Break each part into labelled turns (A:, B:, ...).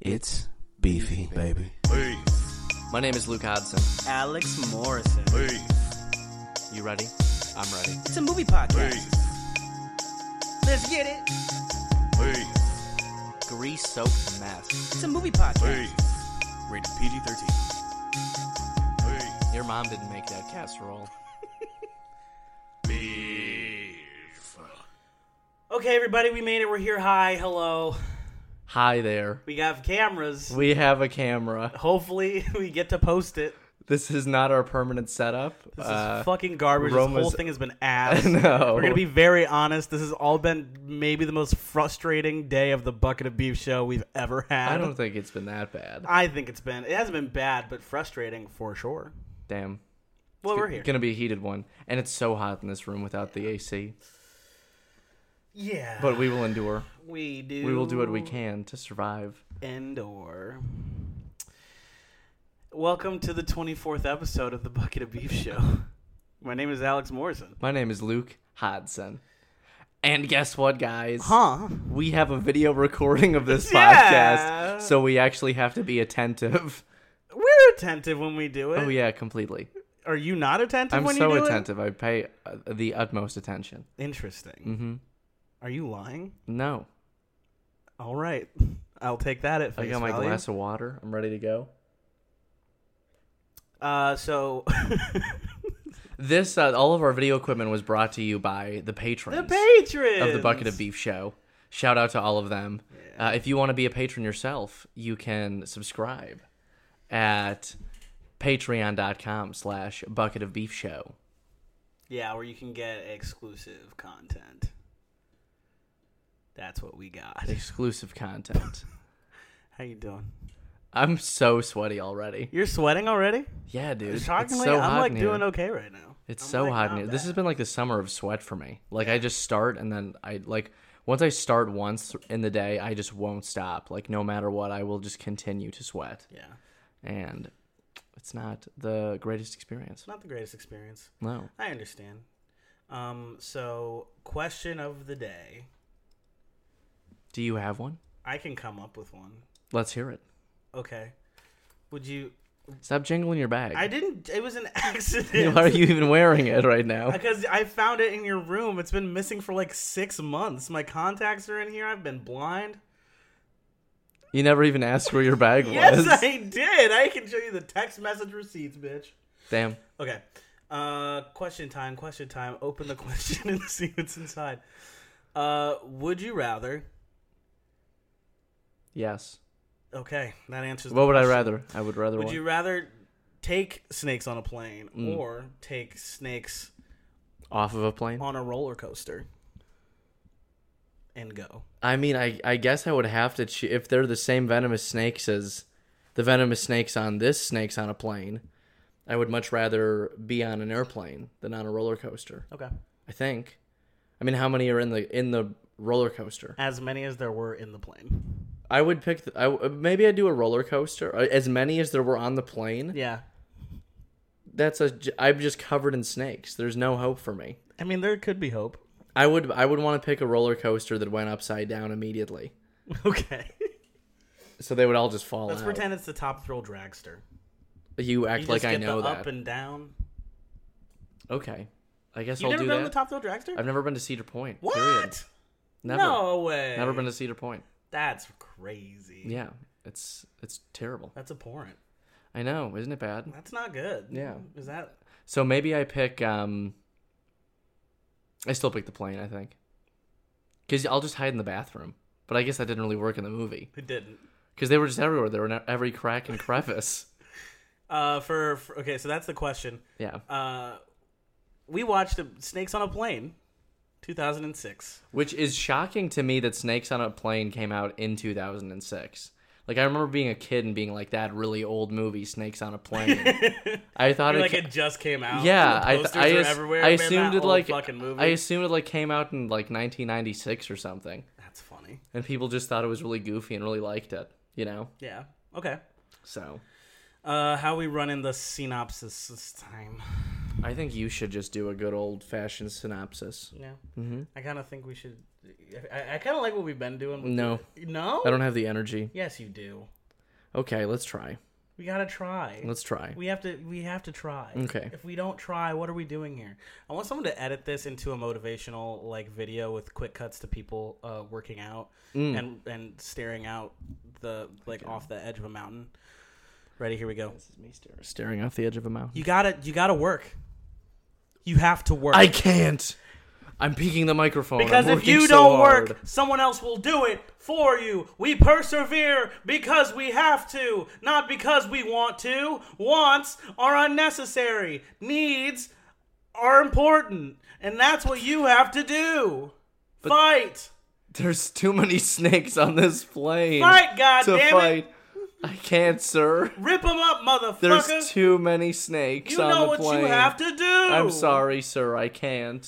A: It's beefy, baby.
B: My name is Luke Hodson.
C: Alex Morrison.
B: You ready? I'm ready.
C: It's a movie podcast. Let's get it.
B: Grease soaked mess.
C: It's a movie podcast.
B: Rated PG 13. Your mom didn't make that casserole.
C: Okay, everybody, we made it. We're here. Hi, hello.
B: Hi there.
C: We got cameras.
B: We have a camera.
C: Hopefully, we get to post it.
B: This is not our permanent setup.
C: This
B: Uh,
C: is fucking garbage. this whole
B: Roma's-
C: thing has been ass.
B: I know.
C: We're gonna be very honest. This has all been maybe the most frustrating day of the bucket of beef show we've ever had.
B: I don't think it's been that bad.
C: I think it's been. It hasn't been bad, but frustrating for sure.
B: Damn.
C: Well, we're here.
B: Gonna be a heated one. And it's so hot in this room without the AC.
C: yeah,
B: But we will endure.
C: we do.
B: We will do what we can to survive.
C: Endor. Welcome to the 24th episode of the Bucket of Beef Show. My name is Alex Morrison.
B: My name is Luke Hodson. And guess what, guys?
C: Huh?
B: We have a video recording of this
C: Yeah.
B: podcast, so we actually have to be attentive.
C: We're attentive when we do it.
B: Oh yeah, completely.
C: Are you not attentive
B: I'm
C: when you
B: so
C: do
B: attentive. I pay uh, the utmost attention.
C: it? Interesting.
B: Mhm.
C: Are you lying?
B: No,
C: All right. I'll take that at face
B: I got my
C: value.
B: glass of water. I'm ready to go.
C: Uh, so
B: This uh, all of our video equipment was brought to you by the patrons
C: the patrons
B: of the Bucket of Beef Show. Shout out to all of them. Uh, if you want to be a patron yourself, you can subscribe at patreon.com slash bucket of beef show.
C: Yeah, where you can get exclusive content. That's what we got.
B: Exclusive content.
C: How you doing?
B: I'm so sweaty already.
C: You're sweating already?
B: Yeah, dude. It's
C: Shockingly,
B: so
C: I'm
B: hot
C: like
B: in here.
C: doing okay right now.
B: It's
C: I'm,
B: so
C: like,
B: hot in
C: not
B: here. This
C: bad.
B: has been like the summer of sweat for me. Like I just start and then I like once I start once in the day, I just won't stop. Like no matter what, I will just continue to sweat.
C: Yeah,
B: And it's not the greatest experience.
C: it's not the greatest experience.
B: No.
C: I understand. Um, so question of the day.
B: Do you have one?
C: I can come up with one.
B: Let's hear it.
C: Okay. Would you?
B: Stop jingling your bag.
C: I didn't. It was an
B: Why are
C: accident.
B: you even wearing it right now?
C: Because I found it in your room. It's been missing for like six months. My contacts are in here. I've been blind.
B: You never even asked where your bag was.
C: Yes, I did. I can show you the text message receipts, bitch.
B: Damn.
C: Okay. Uh, question time. Question time. Open the question and see what's inside. Uh, would you rather?
B: Yes.
C: Okay, that answers. the
B: What would I
C: question.
B: rather? I would rather
C: Would
B: what?
C: you rather take snakes on a plane
B: Mm.
C: or take snakes
B: off of a plane.
C: on a roller coaster and go?
B: I mean, I I guess I would have to choo- if they're the same venomous snakes as the venomous snakes on this snakes on a plane. I would much rather be on an airplane than on a roller coaster.
C: Okay.
B: I think. I mean, how many are in the in the roller coaster?
C: As many as there were in the plane.
B: I would pick. The, I w- maybe I do a roller coaster. Uh, As many as there were on the plane.
C: Yeah.
B: That's a. j- I'm just covered in snakes. There's no hope for me.
C: I mean, there could be hope.
B: I would. I would want to pick a roller coaster that went upside down immediately,
C: Okay.
B: so they would all just fall
C: Let's
B: out.
C: pretend it's the top thrill dragster.
B: you act
C: You
B: like
C: just
B: I
C: get
B: know
C: the
B: that.
C: up and down.
B: Okay. I guess
C: You've
B: I'll
C: never
B: do
C: been
B: that.
C: on the top thrill dragster?
B: I've never been to Cedar Point.
C: what?
B: Period. Never.
C: No way.
B: Never been to Cedar Point.
C: That's crazy.
B: Yeah. It's it's terrible.
C: That's abhorrent.
B: I know, isn't it bad?
C: That's not good.
B: Yeah.
C: Is that
B: So maybe I pick um I still pick the plane, I think. Cuz I'll just hide in the bathroom. But I guess that didn't really work in the movie
C: it didn't.
B: cuz they were just everywhere. They were in every crack and crevice.
C: Uh for, for okay, so that's the question.
B: Yeah.
C: Uh we watched the Snakes on a Plane, 2006.
B: Which is shocking to me that Snakes on a Plane came out in 2006. Like I remember being a kid and being like that really old movie Snakes on a Plane. I thought it
C: like
B: ca-
C: it just came out.
B: Yeah,
C: The
B: I,
C: posters
B: I,
C: are
B: as-
C: everywhere.
B: I
C: Man,
B: assumed
C: that
B: it
C: old
B: like
C: fucking movie.
B: I assumed it like came out in like 1996 or something,
C: That's funny.
B: and people just thought it was really goofy and really liked it, you know.
C: Yeah. Okay.
B: So
C: Uh how we running the synopsis this time?
B: I think you should just do a good old fashioned synopsis.
C: Yeah. Mm-hmm. I kind of think we should I, I kind of like what we've been doing. with-
B: No,
C: No.
B: I don't have the energy.
C: Yes, you do.
B: Okay, let's try.
C: We gotta try.
B: Let's try.
C: We have to. We have to try.
B: Okay.
C: If we don't try, what are we doing here? I want someone to edit this into a motivational like video with quick cuts to people uh, working out
B: Mm.
C: and and staring out the like off the edge of a mountain. Ready? Here we go.
B: This is me staring, staring off the edge of a mountain.
C: You gotta. You gotta work. You have to work.
B: I can't. I'm peeking the microphone. I'm
C: because if
B: working
C: you
B: so
C: don't
B: hard.
C: work, someone else will do it for you. We persevere because we have to, not because we want to. Wants are unnecessary, needs are important. And that's what you have to do. fight.
B: there's too many snakes on this plane.
C: Fight, God
B: to
C: damn
B: fight.
C: it.
B: I can't, sir.
C: Rip them up,
B: There's
C: motherfucker.
B: too many snakes
C: you
B: on
C: know
B: the
C: what
B: plane.
C: you have to do.
B: I'm sorry, sir. I can't.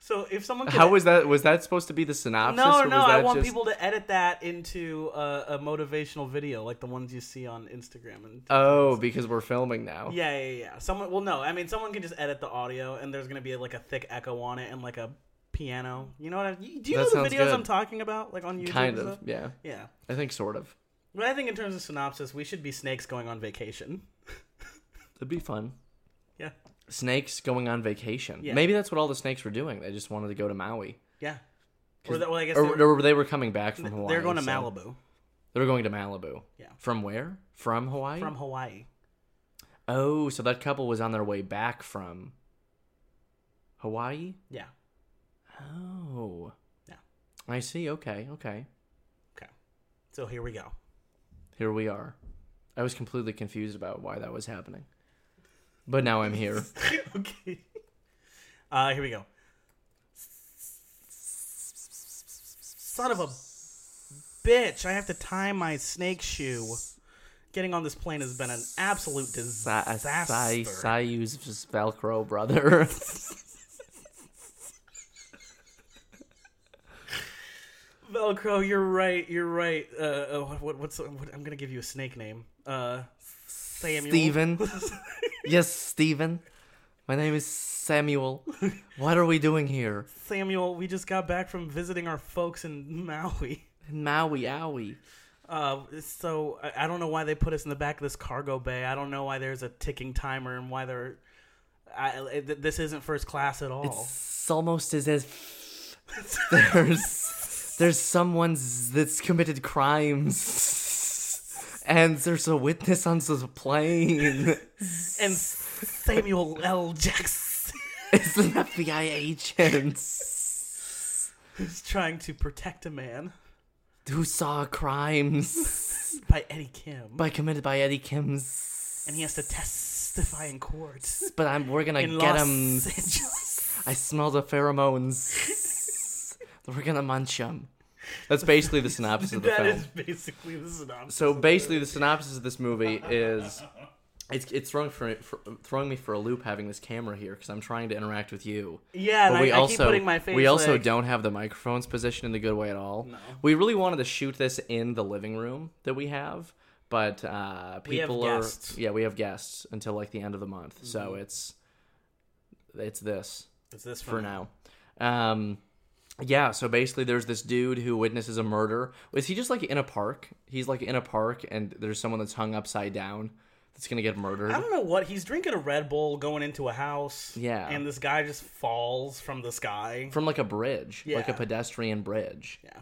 C: So if someone could
B: How was that? Was that supposed to be the synopsis?
C: No,
B: or was
C: no, I
B: that
C: want
B: just-
C: people to edit that into a, a motivational video like the ones you see on Instagram and
B: Oh, because we're filming now.
C: Yeah, yeah, yeah. Someone, well, no, I mean, someone can just edit the audio, and there's gonna be like a thick echo on it, and like a piano. You know what? I, you- do
B: That
C: you know the
B: sounds
C: videos
B: good.
C: I'm talking about, like on YouTube?
B: kind
C: and
B: of.
C: stuff?
B: Yeah,
C: Yeah,
B: I think sort of.
C: but I think in terms of synopsis, we should be snakes going on vacation.
B: It'd be fun.
C: Yeah,
B: Snakes going on vacation.
C: Yeah.
B: Maybe that's what all the snakes were doing. They just wanted to go to Maui,
C: yeah. Or, that, well, I guess
B: or,
C: they're,
B: or they were coming back from Hawaii.
C: they're going to
B: so-
C: Malibu
B: They were going to Malibu.
C: Yeah.
B: From where? From Hawaii.
C: from Hawaii.
B: Oh, so that couple was on their way back from Hawaii?
C: Yeah.
B: Oh.
C: Yeah.
B: I see. Okay. Okay.
C: Okay. So here we go.
B: Here we are. I was completely confused about why that was happening. But now I'm here.
C: okay. Uh, here we go. Son of a bitch! I have to tie my snake shoe. Getting on this plane has been an absolute
B: Sa- Sai
C: disaster.
B: Sai uses Velcro, brother.
C: Velcro, you're right. You're right. Uh, uh, what, what's what, I'm gonna give you a snake name? Uh, Samuel.
B: Steven. yes, Steven. My name is Samuel. What are we doing here?
C: Samuel. We just got back from visiting our folks in Maui.
B: In Maui, owie.
C: Uh, so I, I don't know why they put us in the back of this cargo bay. I don't know why there's a ticking timer and why they're. I, I- th- this isn't first class at all.
B: It's almost as if there's there's someone s- that's committed crimes, and there's a witness on the plane.
C: and Samuel L. Jackson
B: It's an FBI agent
C: is trying to protect a man
B: who saw crimes
C: by Eddie Kim,
B: by committed by Eddie Kim's.
C: and he has to testify in court
B: But I'm we're gonna
C: in
B: get
C: Los
B: him.
C: Angeles.
B: I smell the pheromones. we're gonna munch him. That's basically the synopsis of the
C: That
B: film.
C: is basically the synopsis.
B: So basically, the synopsis of this movie is it's it's throwing for, for throwing me for a loop having this camera here because I'm trying to interact with you.
C: Yeah, and
B: But we
C: I, I keep
B: also
C: putting my face.
B: we also
C: like,
B: don't have the microphones positioned in the good way at all. We really wanted to shoot this in the living room that we have, but uh,
C: We have
B: people are
C: guests. Mm-hmm.
B: yeah we have guests until like the end of the month, so it's it's this
C: It's this
B: for
C: for now.
B: now. Um, yeah, so basically, there's this dude who witnesses a murder. Is he just like in a park? He's like in a park, and there's someone that's hung upside down that's gonna get murdered.
C: I don't know what he's drinking a Red Bull going into a house.
B: Yeah.
C: And this guy just falls from the sky.
B: From like a bridge, like a
C: Yeah.
B: pedestrian bridge,
C: Yeah.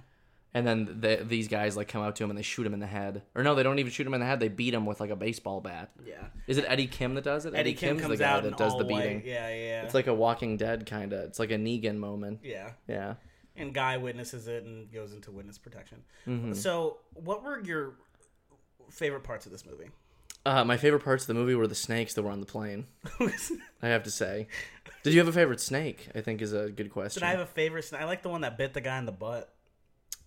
B: and then the, these guys like come up to him and they shoot him in the head. Or no, they don't even shoot him in the head. They beat him with like a baseball bat.
C: Yeah.
B: Is it Eddie Kim that does it?
C: Eddie Kim
B: Kim's
C: comes
B: the guy
C: out
B: that
C: in
B: does
C: all
B: the beating.
C: White. Yeah, yeah.
B: It's like a Walking Dead kind of. It's like a Negan moment.
C: yeah.
B: Yeah.
C: And Guy witnesses it and goes into witness protection.
B: Mm-hmm.
C: So, what were your favorite parts of this movie?
B: Uh, my favorite parts of the movie were the snakes that were on the plane. I have to say. Did you have a favorite snake? I think is a good question.
C: Did I have a favorite? sn- I like the one that bit the guy in the butt,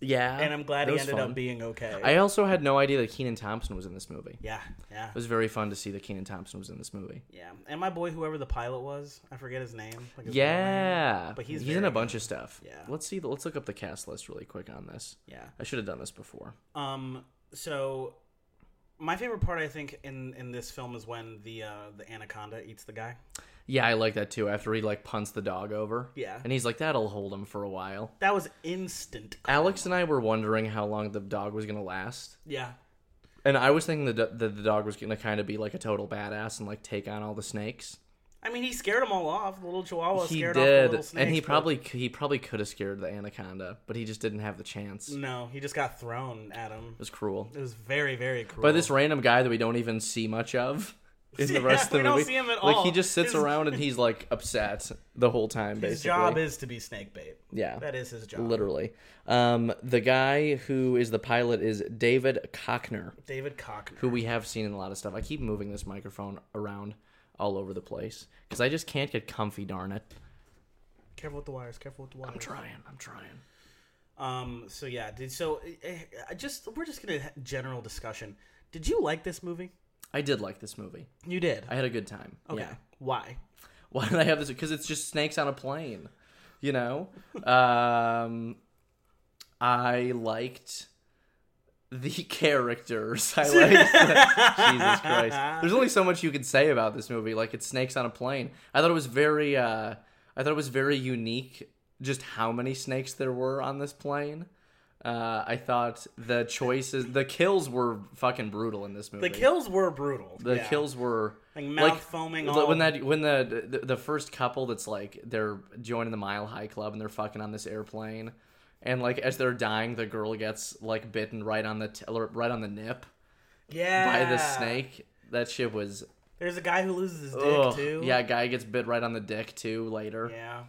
B: yeah,
C: and I'm glad
B: that
C: he
B: Ah, was
C: ended
B: fun.
C: up being okay.
B: I also had no idea that Keenan Thompson was in this movie. It
C: yeah, yeah,
B: was very fun to see that Keenan Thompson was in this movie.
C: yeah. And my boy, whoever the pilot was, I forget his name. Like his middle name.
B: Yeah,
C: But he's
B: he's in
C: very
B: a bunch of stuff.
C: Yeah.
B: let's see. Let's look up the cast list really quick on this.
C: yeah.
B: I should have done this before.
C: Um. So, my favorite part, I think, in in this film is when the uh, the anaconda eats the guy.
B: Yeah, I like that too. After he like punts the dog over.
C: Yeah.
B: And he's like, that'll hold him for a while.
C: That was instant.
B: Alex and I were wondering how long the dog was gonna last,
C: Yeah.
B: and I was thinking the do- that the dog was gonna kind of be like a total badass and like take on all the snakes.
C: I mean, he scared them all off. The little chihuahua
B: he
C: scared off the
B: did,
C: little snakes.
B: and he
C: but-
B: probably c- he probably could have scared the anaconda, but he just didn't have the chance. It
C: No, he just got thrown at him.
B: was cruel
C: Mm. It was very, very cruel.
B: by this random guy that we don't even see much of in
C: Yeah,
B: the rest of the
C: we
B: movie.
C: don't see him at
B: like
C: all.
B: he just sits
C: His-
B: around and he's like upset the whole time. Basically,
C: his job is to be snake bait.
B: yeah,
C: That is his job.
B: literally. Um, the guy who is the pilot is David Cockner.
C: David Cockner.
B: who we have seen in a lot of stuff. I keep moving this microphone around all over the place because I just can't get comfy. Darn it!
C: Careful with the wires. Careful with the wires.
B: I'm trying. I'm trying.
C: Um. So yeah. Did so. eh, eh, I just we're just gonna ha- general discussion. Did you like this movie?
B: I did like this movie.
C: You did.
B: I had a good time.
C: okay.
B: Yeah.
C: Why?
B: Why did I have this? Because it's just snakes on a plane. You know. um, I liked the characters. I liked. The, Jesus Christ. There's only so much you can say about this movie. Like it's snakes on a plane. I thought it was very. Uh, I thought it was very unique. Just how many snakes there were on this plane. Uh, I thought the choices, the kills were fucking brutal in this movie.
C: The kills were brutal.
B: The
C: yeah.
B: kills were
C: Like mouth foaming
B: li-
C: all-
B: When that when the, the the first couple that's like they're joining the Mile High Club and they're fucking on this airplane, and like as they're dying, the girl gets like bitten right on the t- or right on the nip
C: Yeah.
B: by the snake. That shit was
C: There's a guy who loses his dick
B: ugh.
C: too.
B: yeah. Guy gets bit right on the dick too later.
C: Yeah.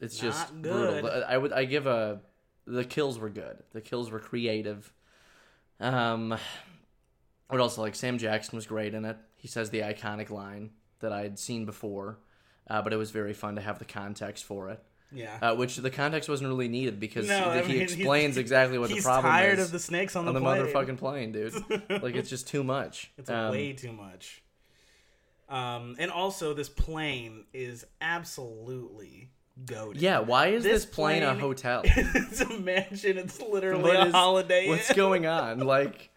B: it's
C: not
B: just
C: good.
B: brutal. I would I give a the kills were good. The kills were creative. Um, what else? Like Sam Jackson was great in it. He says the iconic line that I had seen before, uh, but it was very fun to have the context for it.
C: Yeah.
B: Uh, which the context wasn't really needed because
C: No,
B: he,
C: I
B: he
C: mean, he's-
B: explains exactly what the
C: He's
B: problem
C: tired
B: is
C: of the snakes on,
B: on the
C: plane.
B: motherfucking plane, dude. like it's just too much.
C: It's
B: Um,
C: way too much. Um, and also this plane is absolutely goaded.
B: yeah. Why is
C: This
B: this, plane,
C: plane-
B: a hotel?
C: it's a mansion. It's literally
B: What
C: a
B: is-
C: holiday.
B: What's
C: Inn.
B: going on? Like,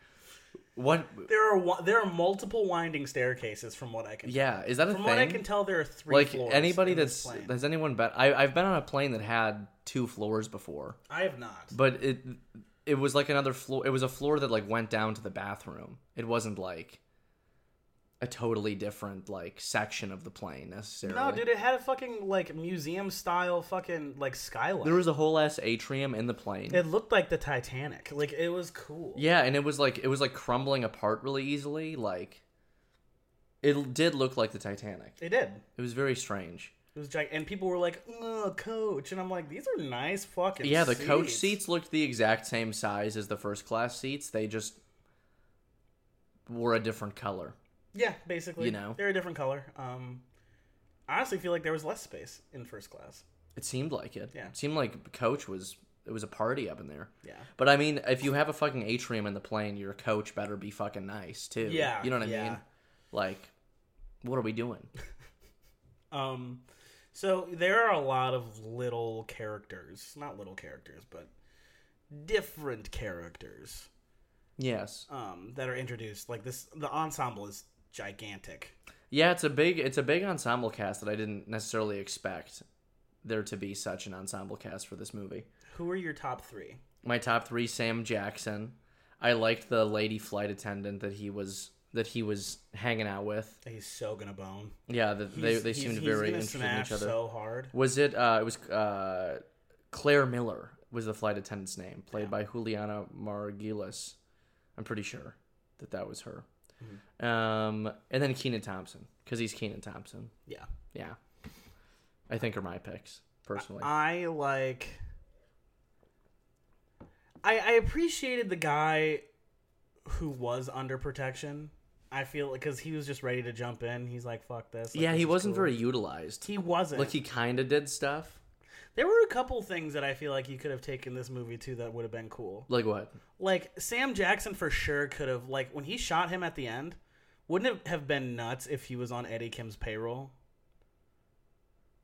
B: what?
C: There are wa- there are multiple winding staircases from what I can.
B: Yeah, is that a
C: From
B: thing?
C: what I can tell, there are three.
B: like
C: floors
B: anybody
C: in this
B: that's
C: plane.
B: has anyone been? I, I've been on a plane that had two floors before,
C: I have not.
B: but it it was like another floor. It was a floor that like went down to the bathroom. It wasn't like a totally different like section of the plane necessarily.
C: No, dude, it had a fucking like museum style fucking like skylight.
B: There was a whole ass atrium in the plane.
C: it looked like the Titanic. Like it was cool.
B: Yeah, and it was like it was like crumbling apart really easily. Like it did look like the Titanic.
C: It did.
B: It was very strange.
C: It was giant, and people were like, "Ugh, coach," and I'm like, "These are nice fucking."
B: Yeah, the coach
C: seats.
B: seats looked the exact same size as the first class seats. They just were a different color.
C: Yeah, basically.
B: You know?
C: they're a different color. Um, I honestly feel like there was less space in first class.
B: It seemed like it.
C: Yeah.
B: It seemed like coach was it was a party up in there.
C: Yeah.
B: But I mean, if you have a fucking atrium in the plane, your coach better be fucking nice too.
C: Yeah,
B: You know what I
C: yeah.
B: mean? Like, what are we doing?
C: Um, so there are a lot of little characters, not little characters, but different characters
B: Yes.
C: um, that are introduced. Like this, the ensemble is gigantic.
B: Yeah, it's a big it's a big ensemble cast that I didn't necessarily expect there to be such an ensemble cast for this movie.
C: Who are your top three?
B: my top three Sam Jackson. I liked the lady flight attendant that he was that he was hanging out with.
C: He's so gonna bone.
B: Yeah, the, they
C: He's-
B: they
C: he's-
B: seemed
C: he's
B: very
C: gonna
B: interested in each
C: smash
B: other.
C: So hard.
B: Was it? Uh, it was uh, Claire Miller was the flight attendant's name, played by Juliana Margulis. I'm pretty sure that that was her.
C: Mm-hmm.
B: Um, and then Keenan Thompson because he's Keenan Thompson.
C: Yeah.
B: Yeah, I think are my picks personally.
C: I like. I I appreciated the guy who was under protection. I feel because he was just ready to jump in. He's like, "Fuck this." like,
B: yeah,
C: this
B: he
C: is
B: wasn't
C: cool.
B: very utilized.
C: He wasn't.
B: Like he kind of did stuff.
C: there were a couple things that I feel like you could have taken this movie to that would have been cool.
B: Like what?
C: Like Sam Jackson for sure could have like when he shot him at the end. Wouldn't it have been nuts if he was on Eddie Kim's payroll?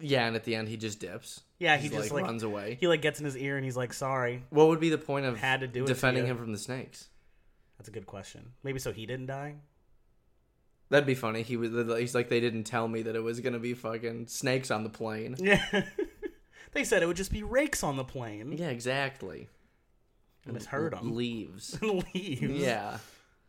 B: Yeah, and at the end he just dips.
C: Yeah, he
B: He's,
C: just
B: like,
C: like
B: runs away.
C: he like gets in his ear and he's like, "Sorry."
B: what would be the point of
C: Had to do it to
B: defending
C: you.
B: him from the snakes?
C: That's a good question. Maybe so he didn't die.
B: That'd be funny. He was. He's like they didn't tell me that it was gonna be fucking snakes on the plane.
C: Yeah. they said it would just be rakes on the plane.
B: Yeah, exactly.
C: I misheard them.
B: Leaves.
C: Leaves.
B: yeah.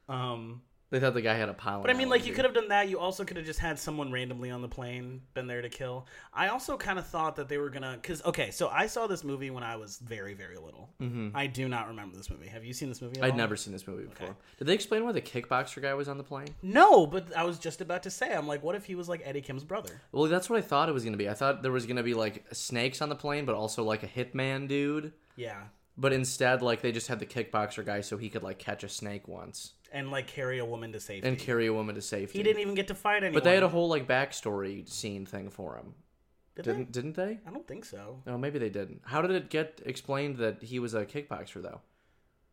C: Um,
B: They thought the guy had a pollen.
C: but I mean, like, you could have done that. You also could have just had someone randomly on the plane, been there to kill. I also kind of thought that they were gonna, cause okay, so I saw this movie when I was very, very little. I do not remember this movie. Have you seen this movie? At
B: Mm-hmm. I'd
C: all?
B: never seen this movie before. Did they explain why the kickboxer guy was on the plane?
C: No, but I was just about to say, I'm like, what if he was like Eddie Kim's brother?
B: Well, that's what I thought it was gonna be. I thought there was gonna be like snakes on the plane, but also like a hitman dude.
C: Yeah,
B: But instead, like they just had the kickboxer guy so he could like catch a snake once
C: and like carry a woman to safety.
B: and carry a woman to safety.
C: he didn't even get to fight anyone.
B: But they had a whole like backstory scene thing for him,
C: Did they?
B: didn't didn't they?
C: I don't think so.
B: No, maybe they didn't. How did it get explained that he was a kickboxer though?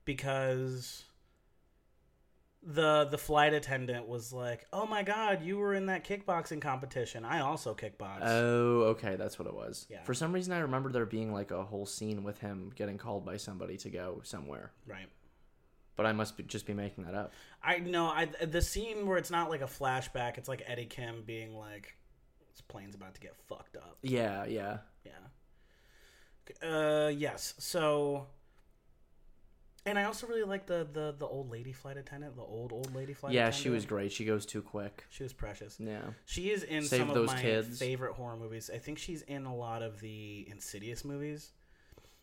C: because the the flight attendant was like, "Oh my god, you were in that kickboxing competition. I also kickbox."
B: Oh, okay, that's what it was.
C: Yeah.
B: For some reason, I remember there being like a whole scene with him getting called by somebody to go somewhere,
C: right.
B: but I must be, just be making that up.
C: I know. I the scene where it's not like a flashback. It's like Eddie Kim being like, "This plane's about to get fucked up."
B: Yeah, yeah.
C: Yeah. Uh, yes. So. And I also really like the, the the old lady flight attendant, the old old lady flight.
B: yeah,
C: attendant.
B: she was great. She goes too quick.
C: She was precious.
B: Yeah.
C: She is in
B: Save
C: some
B: those
C: of my
B: kids.
C: favorite horror movies. I think she's in a lot of the Insidious movies.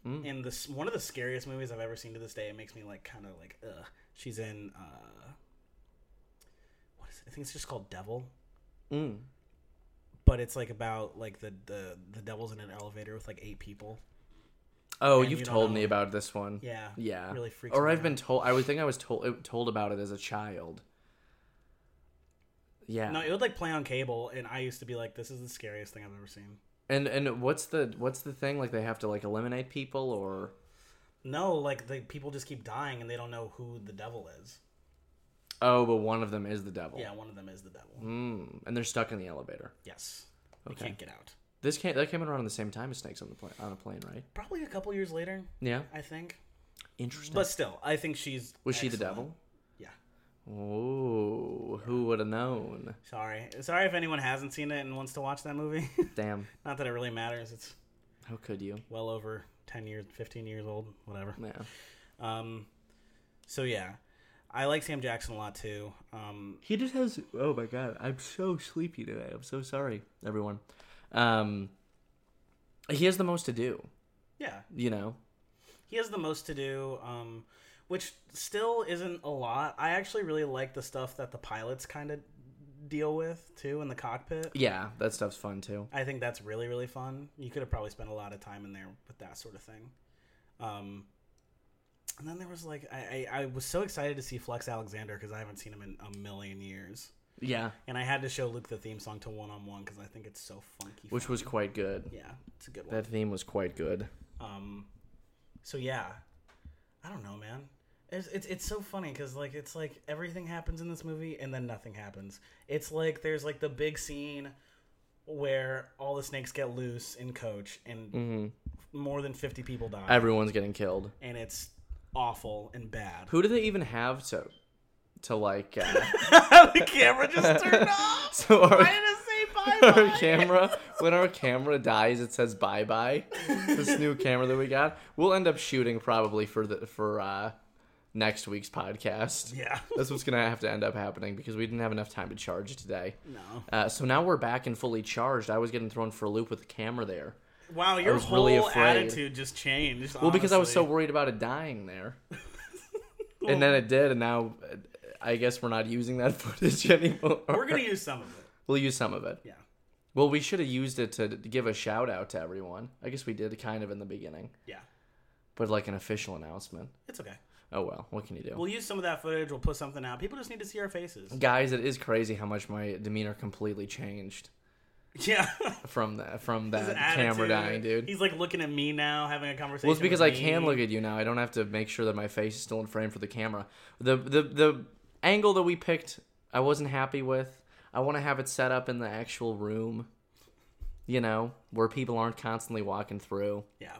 B: Mm.
C: And this one of the scariest movies I've ever seen to this day. It makes me like kind of like ugh. She's in uh, what is it? I think it's just called Devil,
B: Mm.
C: but it's like about like the the the devil's in an elevator with like eight people.
B: Oh,
C: And
B: you've
C: you don't
B: told
C: know-
B: me about this one.
C: Yeah,
B: Yeah.
C: really freaks.
B: Or
C: me
B: I've
C: out.
B: been told. I would think I was told told about it as a child. Yeah.
C: No, it would like play on cable, and I used to be like, "This is the scariest thing I've ever seen."
B: and and what's the what's the thing like? They have to like eliminate people or.
C: No, like the people just keep dying, and they don't know who the devil is.
B: Oh, but one of them is the devil.
C: Yeah, one of them is the devil.
B: Oh. Mm. And they're stuck in the elevator.
C: Yes. They
B: Okay.
C: can't get out.
B: This came that came around at the same time as Snakes on the plane on a plane, right?
C: Probably a couple years later,
B: Yeah.
C: I think.
B: Interesting.
C: But still, I think she's.
B: was she the
C: excellent.
B: devil?
C: Yeah.
B: Oh, who would have known?
C: Sorry. Sorry if anyone hasn't seen it and wants to watch that movie.
B: Damn,
C: Not that it really matters. It's
B: how could you?
C: well over 10 years, 15 years old, whatever.
B: Yeah. Mm.
C: Um, so, yeah. I like Sam Jackson a lot, too. Um,
B: He just has. Oh my god, I'm so sleepy today. I'm so sorry, everyone. Um, he has the most to do.
C: yeah.
B: You know.
C: He has the most to do, um, which still isn't a lot. I actually really like the stuff that the pilots kind of deal with, too, in the cockpit.
B: Yeah, that stuff's fun too.
C: I think that's really really fun. You could have probably spent a lot of time in there with that sort of thing. Um, and then there was like I, I, I was so excited to see Flex Alexander because I haven't seen him in a million years,
B: Yeah,
C: and I had to show Luke the theme song to One on One because I think it's so funky.
B: which was quite good.
C: yeah, it's a good one.
B: That theme was quite good.
C: Um, so yeah, I don't know, man. It's it's, it's so funny because like it's like everything happens in this movie and then nothing happens. It's like there's like the big scene where all the snakes get loose in Coach and
B: Mm-hmm.
C: more than fifty people die,
B: Everyone's getting killed.
C: and it's awful and bad.
B: Who do they even have to, to like? Uh,
C: the camera just turned off.
B: so our,
C: I didn't say
B: our camera when our camera dies it says bye bye this new camera that we got we'll end up shooting probably for the for uh next week's podcast
C: Yeah.
B: that's what's gonna have to end up happening because we didn't have enough time to charge it today
C: No.
B: uh, so now we're back and fully charged i was getting thrown for a loop with the camera there
C: Wow, your
B: was
C: whole
B: really afraid.
C: attitude just changed.
B: well because i was so worried about it dying there and then it did and now uh, i guess we're not using that footage anymore
C: We're gonna use some of it.
B: we'll use some of it
C: Yeah.
B: Well, we should have used it to d- give a shout out to everyone. I guess we did kind of in the beginning,
C: Yeah.
B: but like an official announcement.
C: It's okay.
B: Oh well, what can you do?
C: We'll use some of that footage. We'll put something out. People just need to see our faces.
B: Guys, it is crazy how much my demeanor completely changed
C: Yeah.
B: from that from
C: His
B: that camera
C: attitude.
B: dying, dude.
C: He's like looking at me now, having a conversation.
B: well, it's because
C: with
B: I can
C: me.
B: look at you now. I don't have to make sure that my face is still in frame for the camera. The the the angle that we picked, I wasn't happy with. I want to have it set up in the actual room, you know, where people aren't constantly walking through.
C: Yeah.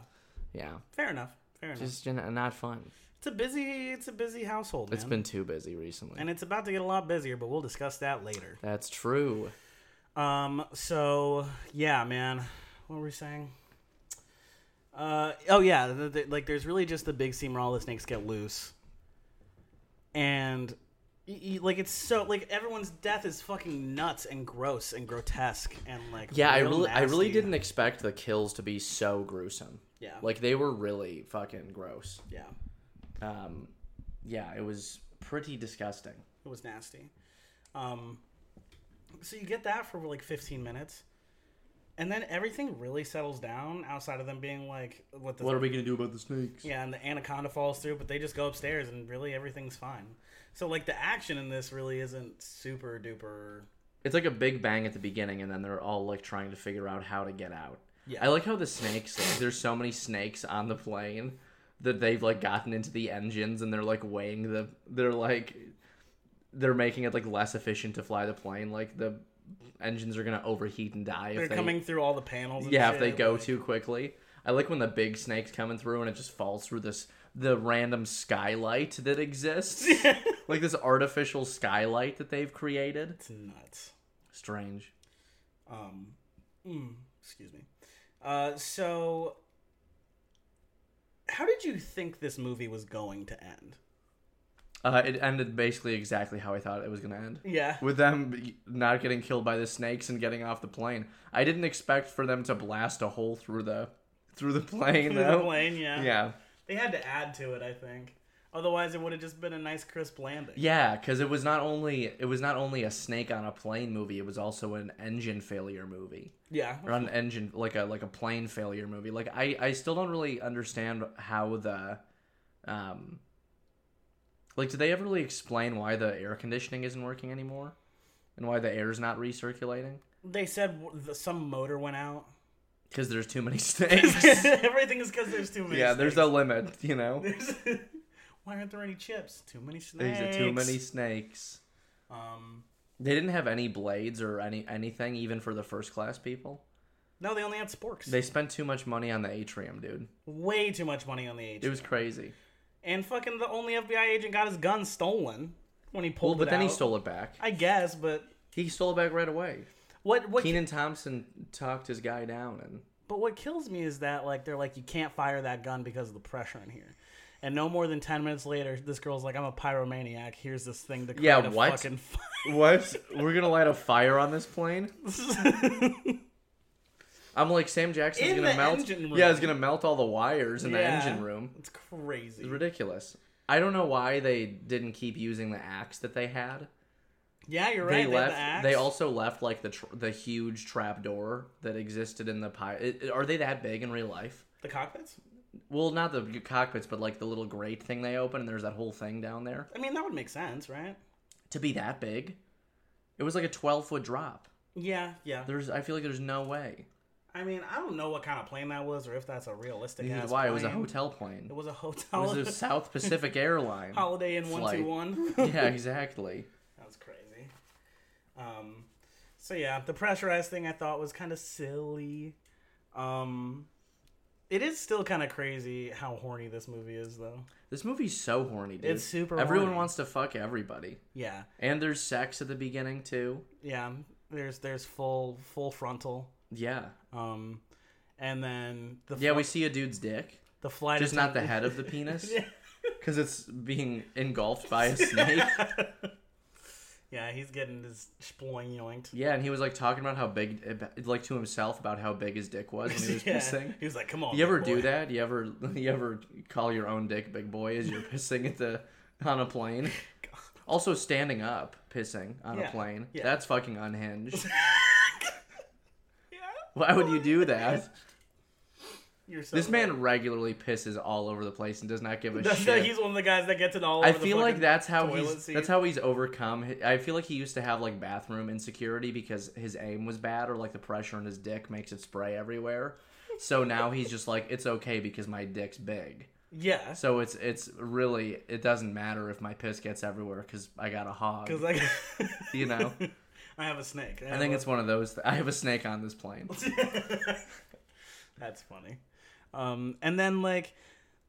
B: Yeah,
C: Fair enough. Fair enough.
B: just you know, not fun.
C: It's It's a busy. It's a busy household. Man.
B: It's been too busy recently.
C: and it's about to get a lot busier, but we'll discuss that later.
B: That's true.
C: Um. So yeah, man. What were we saying? Uh. Oh yeah. The, the, like, there's really just the big scene where all the snakes get loose, and y- y- like it's so like everyone's death is fucking nuts and gross and grotesque and like
B: Yeah, I
C: real
B: really, I really
C: nasty.
B: didn't expect the kills to be so gruesome.
C: Yeah.
B: Like they were really fucking gross.
C: yeah.
B: Um, yeah, it was pretty disgusting.
C: It was nasty. Um, so you get that for like 15 minutes, and then everything really settles down outside of them being like, "What the
B: What are we gonna do about the snakes?
C: yeah?" And the anaconda falls through, but they just go upstairs, and really everything's fine. So like the action in this really isn't super duper.
B: It's like a big bang at the beginning, and then they're all like trying to figure out how to get out.
C: Yeah.
B: I like how the snakes. Like, there's so many snakes on the plane that they've like gotten into the engines, and they're like weighing the. They're like, they're making it like less efficient to fly the plane. Like the engines are gonna overheat and die.
C: They're
B: if they,
C: coming through all the panels. And
B: Yeah, if they
C: shit,
B: go
C: like-
B: too quickly. I like when the big snake's coming through and it just falls through this the random skylight that exists. like this artificial skylight that they've created.
C: It's nuts.
B: Strange.
C: Um, mm, excuse me. Uh, so, how did you think this movie was going to end?
B: Uh, it ended basically exactly how I thought it was going to end.
C: Yeah.
B: With them not getting killed by the snakes and getting off the plane. I didn't expect for them to blast a hole through the through the plane
C: Through
B: though.
C: the plane, yeah.
B: Yeah.
C: They had to add to it, I think. Otherwise, it would have just been a nice crisp landing.
B: Yeah, cuz it was not only it was not only a snake on a plane movie, it was also an engine failure movie.
C: Yeah.
B: or an engine like a like a plane failure movie. Like I I still don't really understand how the um like do they ever really explain why the air conditioning isn't working anymore and why the air's not recirculating?
C: They said w- the, some motor went out.
B: Cuz there's too many snakes.
C: Everything is because there's too many.
B: yeah, there's a
C: snakes.
B: limit, you know.
C: There's- Why aren't there any chips? Too many snakes.
B: There's a- too many snakes.
C: Um,
B: They didn't have any blades or any anything even for the first class people.
C: no, they only had sporks.
B: They spent too much money on the atrium, dude.
C: Way too much money on the
B: It
C: agent.
B: was crazy.
C: and fucking the only FBI agent got his gun stolen when he
B: Well,
C: pulled
B: but
C: it
B: then he
C: out.
B: stole it back.
C: I guess, but
B: He stole it back right away.
C: what what
B: Keenan Thompson talked his guy down, and
C: But what kills me is that like they're like you can't fire that gun because of the pressure in here. And no more than ten minutes later, this girl's like, "I'm a pyromaniac. Here's this thing to create
B: Yeah,
C: a
B: what?
C: fucking."
B: what? We're gonna light a fire on this plane?
C: Fire.
B: I'm like Sam Jackson's
C: In
B: gonna
C: the
B: melt.
C: engine room.
B: Yeah, he's gonna melt all the wires in
C: Yeah.
B: the engine room.
C: it's crazy.
B: It's ridiculous. I don't know why they didn't keep using the axe that they had.
C: Yeah, you're
B: They
C: right. had
B: left.
C: the axe.
B: They also left like the tr- the huge trap door that existed in the pie. It, it- are they that big in real life?
C: the cockpits.
B: Well, not the cockpits, but like the little grate thing they open, and there's that whole thing down there.
C: I mean, that would make sense, right?
B: To be that big, it was like a 12 foot drop.
C: Yeah, yeah.
B: There's, I feel like there's no way.
C: I mean, I don't know what kind of plane that was, or if that's a realistic.
B: This
C: ass
B: is why it was a
C: plane.
B: hotel plane.
C: It was a
B: It
C: hotel.
B: was a South Pacific airline.
C: Holiday Inn
B: flight.
C: one two one.
B: yeah, exactly.
C: That was crazy. Um, so yeah, the pressurized thing I thought was kind of silly. Um, it is still kind of crazy how horny this movie is, though.
B: This movie's so horny, dude.
C: It's super
B: Everyone
C: horny.
B: wants to fuck everybody,
C: Yeah,
B: and there's sex at the beginning too.
C: yeah. There's there's full full frontal.
B: Yeah,
C: Um, and then the
B: yeah.
C: fl-
B: We see a dude's dick,
C: the flight
B: just not the head of the penis, because it's being engulfed by a snake.
C: yeah, he's getting his sploing yoinked.
B: Yeah, and he was like talking about how big, like to himself about how big his dick was when he was
C: Yeah.
B: pissing.
C: He was like, "Come on."
B: You ever
C: big
B: do
C: Oh, boy."
B: that? You ever you ever call your own dick big boy as you're pissing at the on a plane? Also standing up pissing on
C: Yeah,
B: a plane.
C: yeah.
B: That's fucking unhinged.
C: Yeah.
B: Why would you do that?
C: You're so
B: This man regularly pisses all over the place and does not give a
C: That's-
B: shit.
C: he's one of the guys that gets it all.
B: I
C: over the
B: feel like
C: fucking
B: that's how
C: toilet
B: he's
C: seat.
B: that's how he's overcome. hi- I feel like he used to have like bathroom insecurity because his aim was bad or like the pressure on his dick makes it spray everywhere. So now he's just like it's okay because my dick's big.
C: yeah.
B: So it's it's really it doesn't matter if my piss gets everywhere because I got a hog.
C: Because like,
B: You know?
C: I have a snake.
B: I think it's one of those. I have a snake on this plane.
C: it's that's funny. Um, and then like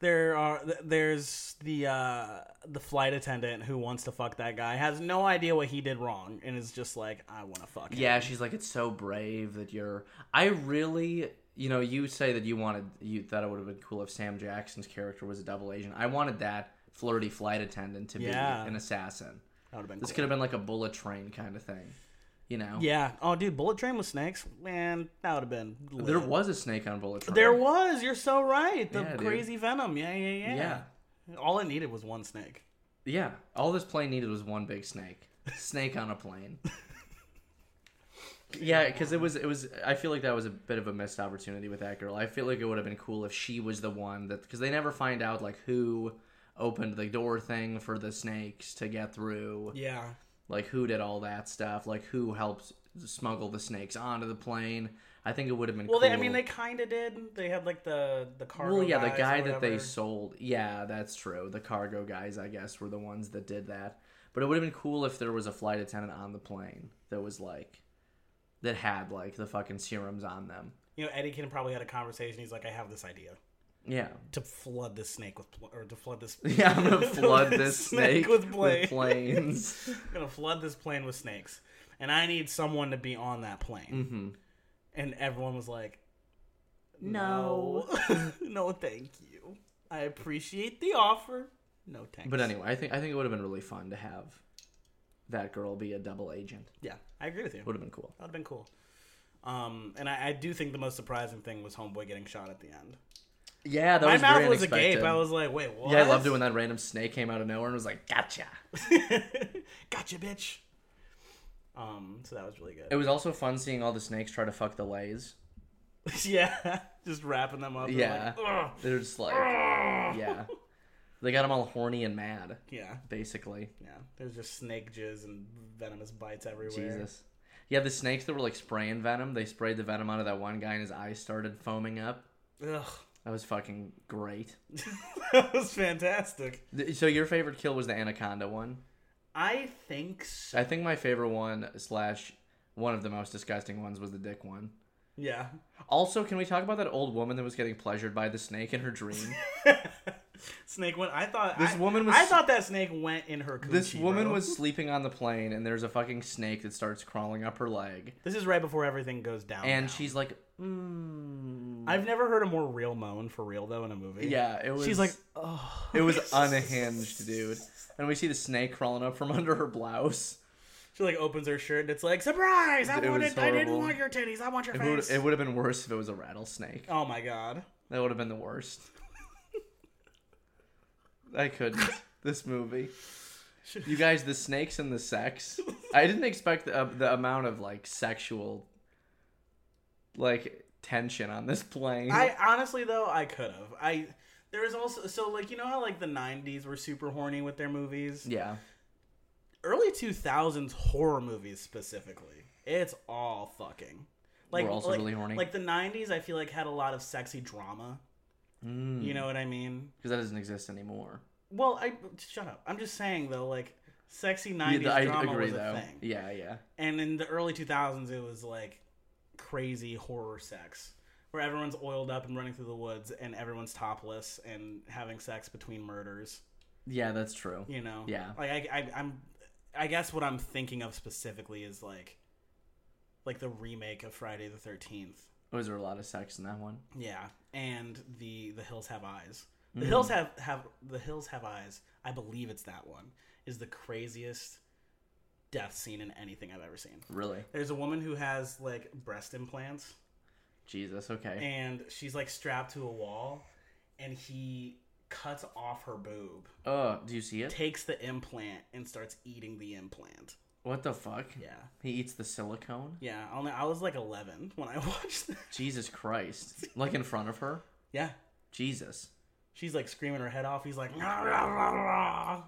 C: there are th- there's the uh, the flight attendant who wants to fuck that guy has no idea what he did wrong and is just like I want to fuck him.
B: Yeah, she's like, it's so brave that you're. I really, you know, you say that you wanted, you thought it would have been cool if Sam Jackson's character was a double agent. I wanted that flirty flight attendant to
C: Yeah.
B: be an assassin.
C: that would have been
B: This
C: cool.
B: could have been like a bullet train kind of thing, you know.
C: Yeah. Oh, dude, Bullet Train with snakes, man, that would have been. lit.
B: There was a snake on bullet train.
C: There was. You're so right. The
B: Yeah, dude.
C: crazy venom. Yeah, yeah, yeah.
B: Yeah.
C: All it needed was one snake.
B: Yeah. All this plane needed was one big snake. Snake on a plane. yeah, because it was it was. I feel like that was a bit of a missed opportunity with that girl. I feel like it would have been cool if she was the one that because they never find out like who opened the door thing for the snakes to get through.
C: Yeah.
B: Like who did all that stuff. Like who helped smuggle the snakes onto the plane. I think it would have been.
C: Well,
B: cool.
C: they, I mean, they kind of did. They had like the the cargo.
B: Well, yeah, the
C: guys
B: guy
C: or
B: that they
C: whatever.
B: sold. Yeah, that's true. The cargo guys, I guess, were the ones that did that. But it would have been cool if there was a flight attendant on the plane that was like, that had like the fucking serums on them.
C: You know, Eddie King probably had a conversation. He's like, I have this idea
B: Yeah.
C: to flood this snake with, pl- or to flood this.
B: Yeah, I'm gonna flood this snake with,
C: plane.
B: planes.
C: I'm gonna flood this plane with snakes, and I need someone to be on that plane.
B: hmm
C: And everyone was like,
B: No.
C: No, No, thank you. I appreciate the offer. No thanks.
B: But anyway, I think I think it would have been really fun to have that girl be a double agent.
C: Yeah, I agree with you.
B: Would have been cool.
C: That would have been cool. Um, and I, I do think the most surprising thing was Homeboy getting shot at the end.
B: Yeah, that
C: My
B: was
C: mouth
B: very
C: was
B: unexpected.
C: agape. I was like, wait, what?
B: yeah, I loved it when that random snake came out of nowhere and was like, "Gotcha."
C: gotcha, bitch. Um, so that was really good.
B: It was also fun seeing all the snakes try to fuck the lays.
C: yeah, just wrapping them up. and
B: Yeah.
C: like, "Ugh."
B: They're just like,
C: Ah.
B: yeah. They got them all horny and mad,
C: yeah,
B: basically.
C: yeah. There's just snake jizz and venomous bites everywhere.
B: Jesus. Yeah, the snakes that were like spraying venom, they sprayed the venom onto that one guy and his eyes started foaming up.
C: Ugh,
B: That was fucking great.
C: that was fantastic.
B: Th- So your favorite kill was the anaconda one.
C: I think so.
B: I think my favorite one slash one of the most disgusting ones was the dick one.
C: Yeah.
B: Also, can we talk about that old woman that was getting pleasured by the snake in her dream?
C: Snake went. I thought
B: This
C: I-
B: woman was-
C: I thought that snake went in her. Coochie,
B: this woman
C: bro.
B: was sleeping on the plane and there's a fucking snake that starts crawling up her leg.
C: This is right before everything goes down.
B: And
C: now.
B: she's like, mm.
C: I've never heard a more real moan for real though in a movie.
B: Yeah, it was.
C: She's like, oh.
B: it was unhinged, dude. And we see the snake crawling up from under her blouse.
C: She like opens her shirt and it's like, surprise! I
B: It was
C: wanted, I didn't
B: horrible.
C: want your titties. I want your
B: It would,
C: face.
B: it would have been worse if it was a rattlesnake.
C: oh my god.
B: That would have been the worst. I couldn't. This movie. You guys, the snakes and the sex. I didn't expect the, uh, the amount of like sexual, like tension on this plane.
C: I honestly though I could have. I there is also so like you know how like the '90s were super horny with their movies.
B: yeah.
C: Early 2000s horror movies specifically, it's all fucking. Like,
B: We're also
C: like,
B: really horny.
C: Like the '90s, I feel like had a lot of sexy drama.
B: Hmm.
C: You know what I mean?
B: Mm. Because that doesn't exist anymore.
C: Well, I shut up. I'm just saying though, like sexy
B: Yeah,
C: '90s
B: I
C: drama
B: agree
C: was a
B: though.
C: thing,
B: Yeah, yeah.
C: and in the early 2000s, it was like crazy horror sex, where everyone's oiled up and running through the woods, and everyone's topless and having sex between murders.
B: Yeah, that's true.
C: You know?
B: Yeah.
C: Like I, I, I'm, I guess what I'm thinking of specifically is like, like the remake of Friday the 13th.
B: Was there a lot of sex in that one?
C: Yeah, and the the hills have eyes. The
B: Mm-hmm. Hmm.
C: hills have have the hills have eyes. I believe it's that one is the craziest death scene in anything I've ever seen.
B: Really?
C: There's a woman who has like breast implants,
B: Jesus. Okay.
C: and she's like strapped to a wall, and he cuts off her boob,
B: Oh, do you see it?
C: takes the implant, and starts eating the implant.
B: What the fuck?
C: Yeah,
B: He eats the silicone.
C: yeah. Only I was like 11 when I watched that.
B: Jesus Christ! Like in front of her.
C: Yeah,
B: Jesus.
C: she's like screaming her head off. He's like, "Rah, rah, rah, rah."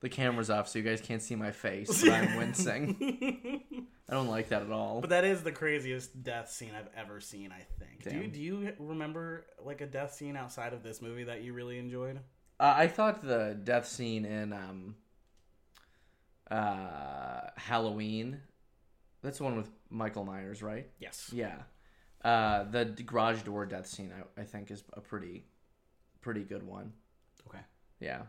B: The camera's off, so you guys can't see my face. But I'm wincing. I don't like that at all.
C: But that is the craziest death scene I've ever seen. I think. Do you,
B: Damn.
C: do you remember like a death scene outside of this movie that you really enjoyed?
B: Uh, I thought the death scene in um, uh, Halloween. That's the one with Michael Myers, right?
C: Yes.
B: Yeah. Uh, the d- garage door death scene, I, I think, is a pretty, pretty good one.
C: Okay.
B: Yeah,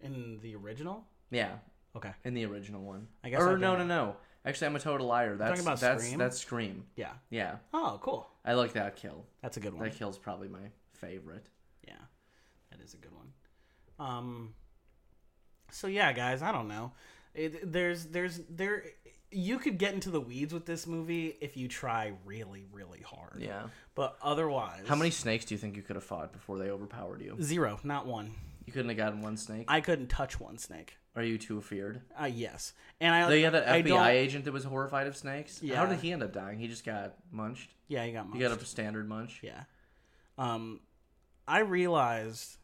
C: In the original?
B: yeah,
C: Okay.
B: in the original one.
C: I guess
B: Or
C: I
B: no, no,
C: don't-
B: no. Actually, I'm a total liar. That's
C: about
B: that's
C: Scream?
B: that's Scream.
C: Yeah.
B: Yeah,
C: Oh, cool.
B: I like that kill.
C: That's a good one.
B: That kill's probably my favorite.
C: Yeah, that is a good one. Um, so yeah, guys, I don't know. It, there's there's there you could get into the weeds with this movie if you try really really hard.
B: Yeah.
C: But otherwise,
B: How many snakes do you think you could have fought before they overpowered you?
C: Zero, not one.
B: You couldn't have gotten one snake.
C: I couldn't touch one snake.
B: Are you too feared?
C: Uh, yes, and I.
B: They had
C: I
B: that
C: don't-
B: FBI agent that was horrified of snakes. How
C: Yeah.
B: did he end up dying? He just got munched.
C: Yeah, you got.
B: He
C: Most.
B: got a standard munch.
C: Yeah. Um, I realized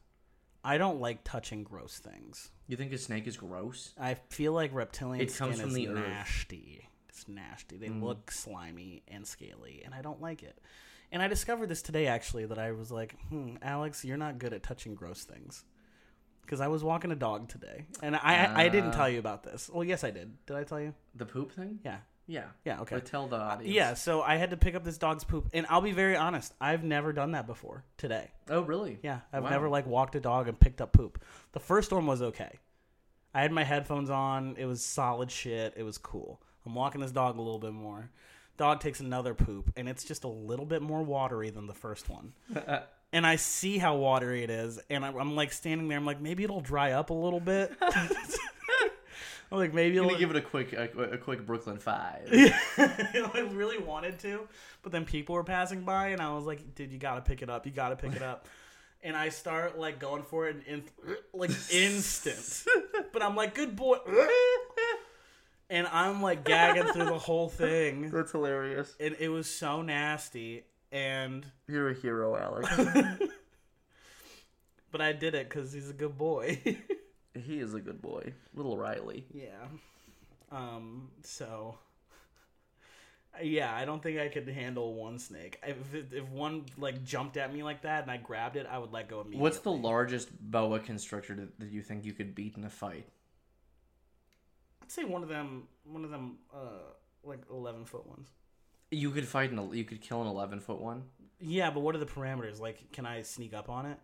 C: I don't like touching gross things.
B: You think a snake is gross?
C: I feel like reptilian
B: It comes
C: skin
B: from
C: is
B: the earth. Mm.
C: nasty. It's nasty. They look slimy and scaly, and I don't like it. And I discovered this today actually that I was like, "Hmm, Alex, you're not good at touching gross things." Because I was walking a dog today, and I I
B: Ah.
C: didn't tell you about this. Well, yes, I did. Did I tell you?
B: The poop thing?
C: Yeah.
B: Yeah.
C: Yeah, okay. Uh,
B: But tell the audience.
C: Yeah. So I had to pick up this dog's poop, and I'll be very honest. I've never done that before today.
B: Oh, really?
C: Yeah, I've
B: Wow.
C: never like walked a dog and picked up poop. The first one was okay. I had my headphones on. It was solid shit. It was cool. I'm walking this dog a little bit more. Dog takes another poop, and it's just a little bit more watery than the first one. and I see how watery it is, and I'm, I'm like standing there. I'm like, maybe it'll dry up a little bit. I'm like, maybe
B: I'm
C: it'll.
B: gonna give it a quick, a, a quick Brooklyn Five.
C: I really wanted to, but then people were passing by, and I was like, "Dude, you gotta pick it up! You gotta pick it up!" And I start like going for it, and in, like instant. But I'm like, "Good boy," and I'm like gagging through the whole thing,
B: That's hilarious.
C: and it was so nasty. And
B: You're a hero, Alex.
C: but I did it because he's a good boy.
B: he is a good boy, little Riley.
C: yeah. Um. So. Yeah, I don't think I could handle one snake. If, it- if one like jumped at me like that and I grabbed it, I would let go immediately.
B: What's the largest boa constrictor that- that you think you could beat in a fight?
C: I'd say one of them, one of them, uh, like eleven foot ones.
B: You could fight an, el- you could kill an eleven foot one.
C: Yeah, but what are the parameters? Like, can I sneak up on it?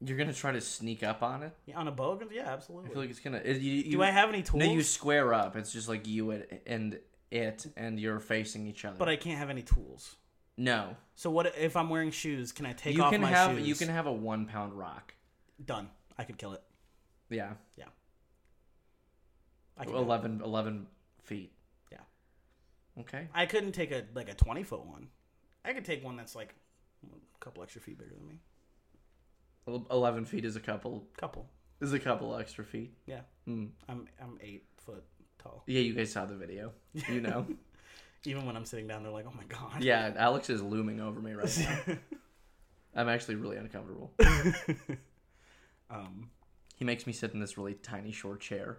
B: You're gonna try to sneak up on it.
C: Yeah, on a bow? gun? Yeah,
B: I
C: absolutely.
B: feel like it's gonna. it- you,
C: Do I have any tools?
B: No, you square up. It's just like you and, and it, and you're facing each other.
C: But I can't have any tools.
B: no,
C: So what if I'm wearing shoes? Can I take
B: you
C: off
B: can
C: my
B: have
C: shoes?
B: you can have a one pound rock.
C: done. I could kill it.
B: Yeah,
C: I could.
B: 11, 11 feet.
C: Yeah.
B: Okay.
C: I couldn't take a like a twenty foot one. I could take one that's like a couple extra feet bigger than me.
B: Ele- Eleven feet is a couple
C: Couple.
B: is a couple extra feet.
C: Yeah.
B: Mm.
C: I'm I'm eight foot tall.
B: Yeah, you guys saw the video. You know.
C: Even when I'm sitting down, they're like, "Oh my god."
B: yeah, Alex is looming over me right now. I'm actually really uncomfortable.
C: Um.
B: He makes me sit in this really tiny short chair.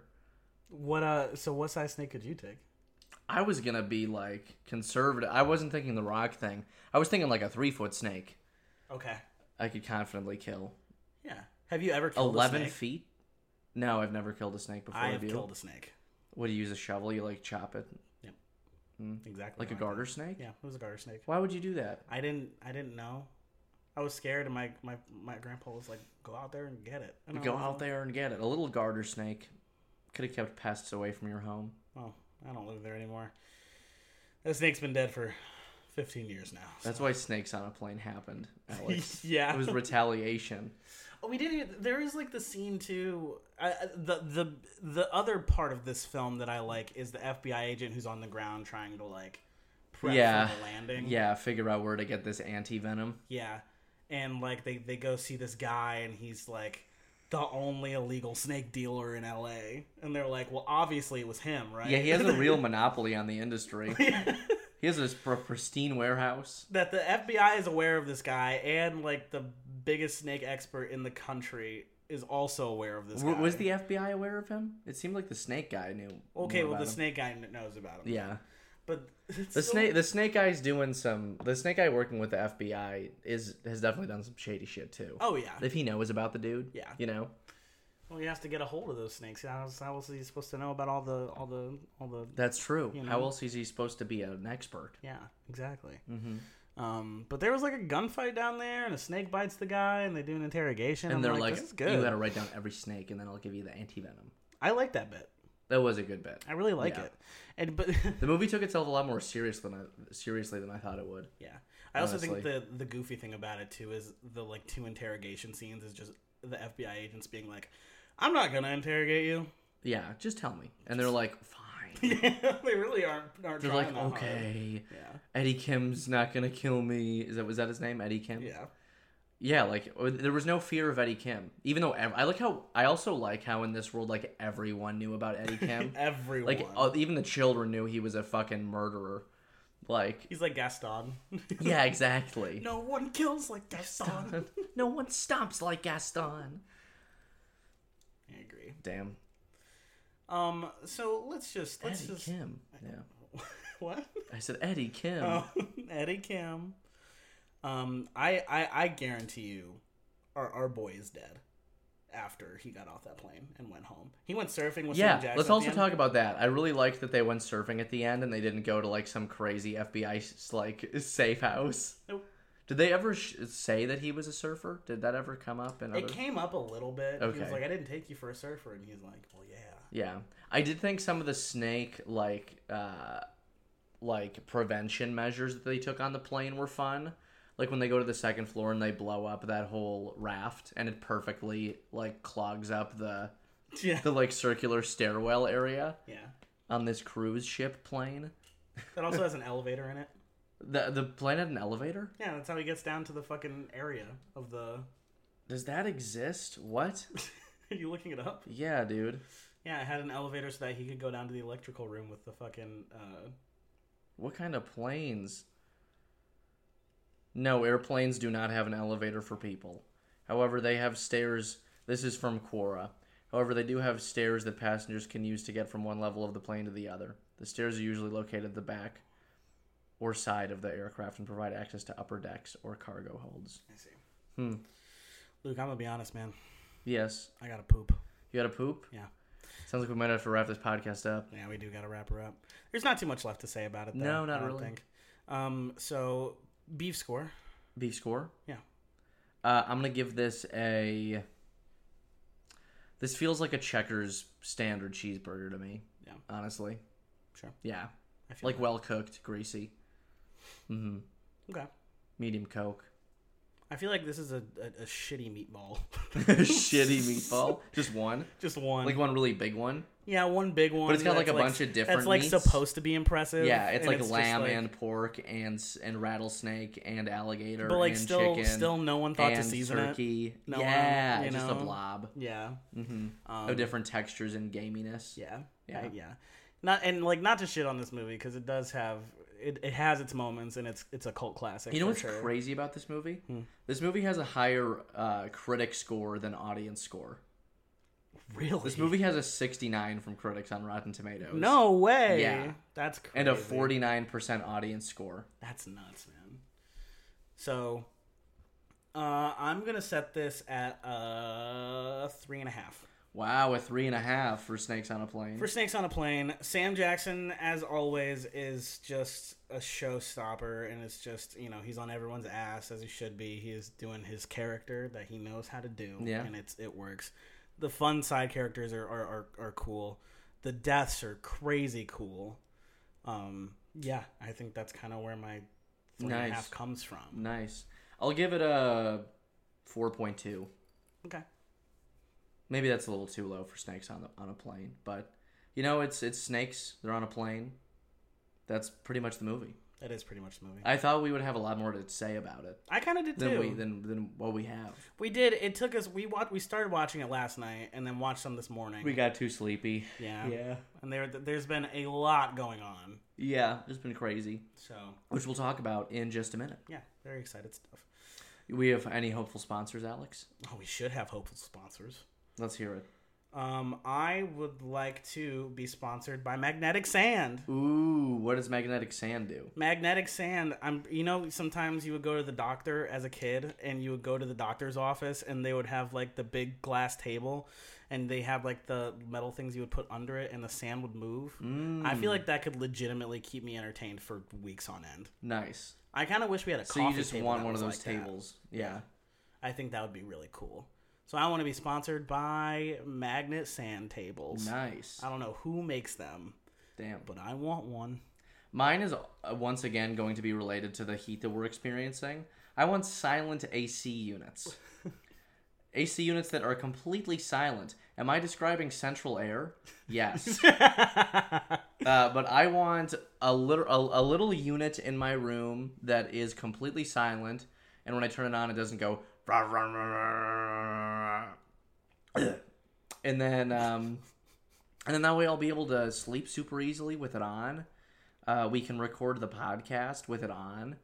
C: What uh? So what size snake could you take?
B: I was gonna be like conservative. I wasn't thinking the rock thing. I was thinking like a three foot snake.
C: Okay.
B: I could confidently kill
C: Yeah. Have you ever killed a
B: eleven
C: snake?
B: feet. No, I've never killed a snake before.
C: I
B: have
C: have
B: you?
C: killed a snake.
B: What do you use a shovel? You like chop it
C: Exactly.
B: like a
C: garter.
B: garter snake?
C: Yeah, it was a garter snake.
B: Why would you do that?
C: I didn't. I didn't know. I was scared, and my my my grandpa was like, "Go out there and get it." And I
B: Go
C: was
B: out
C: like,
B: there and get it. A little garter snake could have kept pests away from your home.
C: Well, I don't live there anymore. That snake's been dead for fifteen years now.
B: That's why snakes on a plane happened, Alex.
C: yeah.
B: It was retaliation.
C: Oh, we didn't. even- There is like the scene too. I, I- the the the other part of this film that I like is the FBI agent who's on the ground trying to like prep
B: Yeah.
C: for the landing.
B: Yeah, figure out where to get this anti venom.
C: Yeah. And like they they go see this guy and he's like the only illegal snake dealer in LA. And they're like, "Well, obviously it was him, right?"
B: Yeah, he has a real monopoly on the industry. He has this pr- pristine warehouse.
C: that the FBI is aware of this guy and like the biggest snake expert in the country is also aware of this
B: W-
C: guy.
B: was the FBI aware of him? It seemed like the snake guy knew.
C: Okay,
B: more
C: well the
B: about him.
C: snake guy kn- knows about him.
B: Yeah,
C: But it's
B: the
C: still-
B: snake. The snake guy's doing some. The snake guy working with the FBI is has definitely done some shady shit too.
C: Oh yeah.
B: If he knows about the dude.
C: Yeah.
B: You know.
C: Well, he has to get a hold of those snakes. How else, how else is he supposed to know about all the all the all the?
B: That's true.
C: You
B: How
C: know?
B: else is he supposed to be an expert?
C: Yeah, exactly.
B: Mm-hmm.
C: Um, but there was like a gunfight down there, and a snake bites the guy, and they do an interrogation.
B: And
C: I'm
B: they're
C: like,
B: like,
C: "This is good."
B: you got to write down every snake, and then I'll give you the anti venom.
C: I like that bit.
B: That was a good bit.
C: I really like
B: Yeah.
C: it. And but
B: The movie took itself a lot more serious than I, seriously than I thought it would.
C: yeah, I also think
B: Honestly.
C: the the goofy thing about it too is the like two interrogation scenes is just the FBI agents being like, "I'm not gonna interrogate you."
B: Yeah, just tell me. And they're like, fine.
C: they really aren't aren't
B: They're
C: trying
B: like,
C: that hard.
B: okay,
C: Yeah.
B: Eddie Kim's not gonna kill me. Is that was that his name? Eddie Kim.
C: Yeah.
B: Yeah, like or- there was no fear of Eddie Kim, even though ev- I like how I also like how in this world like everyone knew about Eddie Kim.
C: Everyone.
B: like uh, even the children knew he was a fucking murderer. Like
C: He's like Gaston.
B: yeah, exactly.
C: no one kills like Gaston.
B: no one stomps like Gaston.
C: I agree.
B: Damn,
C: Um. So let's just let's
B: Eddie
C: just
B: Kim. Yeah,
C: what
B: I said Eddie Kim.
C: oh, Eddie Kim. Um. I I I guarantee you, our our boy is dead. After he got off that plane and went home, he went surfing with Sam
B: Yeah,
C: Jackson.
B: let's
C: at
B: also
C: the
B: talk
C: end.
B: about that. I really liked that they went surfing at the end and they didn't go to like some crazy FBI s- like safe house.
C: Nope.
B: Did they ever sh- say that he was a surfer? Did that ever come up in other?
C: It came up a little bit. He was
B: Okay.
C: like, "I didn't take you for a surfer," and he's like, "Well, yeah."
B: Yeah, I did think some of the snake like uh like prevention measures that they took on the plane were fun. Like when they go to the second floor and they blow up that whole raft and it perfectly like clogs up the
C: Yeah.
B: the like circular stairwell area
C: Yeah.
B: on this cruise ship plane.
C: That also has an elevator in it.
B: The the plane had an elevator?
C: Yeah, that's how he gets down to the fucking area of the.
B: Does that exist? What?
C: Are you looking it up?
B: Yeah, dude.
C: Yeah, it had an elevator so that he could go down to the electrical room with the fucking. Uh...
B: What kind of planes? No, airplanes do not have an elevator for people. However, they have stairs. This is from Quora. However, they do have stairs that passengers can use to get from one level of the plane to the other. The stairs are usually located at the back or side of the aircraft and provide access to upper decks or cargo holds.
C: I see. Hmm. Luke, I'm gonna be honest, man.
B: Yes.
C: I gotta poop.
B: You had a poop?
C: Yeah.
B: Sounds like we might have to wrap this podcast up.
C: Yeah, we do gotta wrap her up. There's not too much left to say about it. Though,
B: No, not
C: I don't
B: really.
C: Think. Um. So beef score.
B: Beef score?
C: Yeah.
B: Uh, I'm gonna give this a. This feels like a Checkers standard cheeseburger to me.
C: Yeah.
B: Honestly.
C: Sure.
B: Yeah.
C: I feel
B: Like well cooked, greasy, Mm-hmm.
C: okay.
B: medium coke,
C: I feel like this is a, a, a shitty meatball.
B: shitty meatball, just one,
C: Just one.
B: like one really big one.
C: yeah, one big one.
B: it's got,
C: that's,
B: like, a bunch of different
C: That's like
B: meats.
C: supposed to be impressive.
B: Yeah, it's
C: and
B: like
C: just,
B: lamb
C: like-
B: and pork and s- and rattlesnake and alligator
C: But like
B: and
C: still,
B: chicken
C: still no one thought
B: and
C: to season it.
B: turkey.
C: No one,
B: yeah,
C: you
B: it's just a
C: know?
B: blob
C: Yeah. um,
B: of different textures and gaminess.
C: Yeah,
B: Yeah.
C: yeah, yeah. Not and like not to shit on this movie because it does have it, it has its moments and it's it's a cult classic.
B: You know
C: for
B: what's
C: sure. Hmm.
B: crazy about this movie? This movie has a higher uh, critic score than audience score.
C: Really?
B: This movie has a 69 from critics on Rotten Tomatoes.
C: No way.
B: Yeah.
C: that's crazy.
B: And a 49% audience score.
C: That's nuts, man. So, uh, I'm gonna set this at uh three and a half
B: Wow, a three and a half for Snakes on a Plane.
C: for Snakes on a Plane. Sam Jackson, as always, is just a showstopper, and it's just you know he's on everyone's ass as he should be. He is doing his character that he knows how to do,
B: Yeah.
C: and it's it works. The fun side characters are are, are, are cool. The deaths are crazy cool. Um, yeah, I think that's kind of where my three and a half
B: Nice.
C: comes from.
B: nice. I'll give it a 4.2.
C: Okay.
B: Maybe that's a little too low for Snakes on, the, on a Plane, but you know, it's it's snakes. They're on a plane. That's pretty much the movie.
C: That is pretty much the movie. I,
B: I thought we would have a lot more to say about it
C: kind of did
B: than
C: too.
B: we than than what we have.
C: we did. It took us. We wa- We started watching it last night, and then watched some this morning.
B: We got too sleepy.
C: yeah. And there, there's been a lot going on.
B: Yeah, it's been crazy,
C: So
B: which we'll talk about in just a minute.
C: yeah, very excited stuff.
B: We have any hopeful sponsors, Alex?
C: Oh, we should have hopeful sponsors.
B: Let's hear it.
C: Um, I would like to be sponsored by Magnetic Sand.
B: Ooh, what does magnetic sand do?
C: Magnetic sand. I'm. You know, sometimes you would go to the doctor as a kid, and you would go to the doctor's office, and they would have like the big glass table, and they have like the metal things you would put under it, and the sand would move.
B: Mm.
C: I feel like that could legitimately keep me entertained for weeks on end.
B: Nice.
C: I kind of wish we had a.
B: So
C: coffee
B: you just
C: table
B: want
C: that
B: one of
C: was
B: those
C: like that.
B: tables. Yeah.
C: I think that would be really cool. So I want to be sponsored by Magnet Sand Tables.
B: Nice.
C: I don't know who makes them,
B: Damn.
C: but I want one.
B: Mine is uh, once again going to be related to the heat that we're experiencing. I want silent AC units. AC units that are completely silent. Am I describing central air? Yes. uh, but I want a little a, a little unit in my room that is completely silent, and when I turn it on, it doesn't go. "Rah, rah, rah, rah, rah." and then um, and then that way I'll be able to sleep super easily with it on. Uh, we can record the podcast with it on,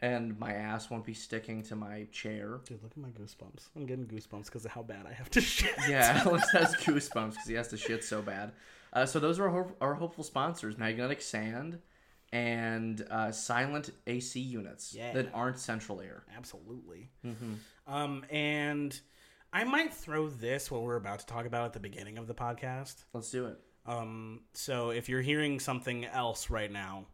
B: and my ass won't be sticking to my chair.
C: Dude, look at my goosebumps. I'm getting goosebumps because of how bad I have to shit.
B: Yeah, Alex has goosebumps because he has to shit so bad. Uh, so those are our, ho- our hopeful sponsors: Magnetic Sand and uh, Silent AC units
C: Yeah.
B: that aren't central air.
C: Absolutely. Um, and I might throw this what we're about to talk about at the beginning of the podcast.
B: Let's do it.
C: Um, so if you're hearing something else right now,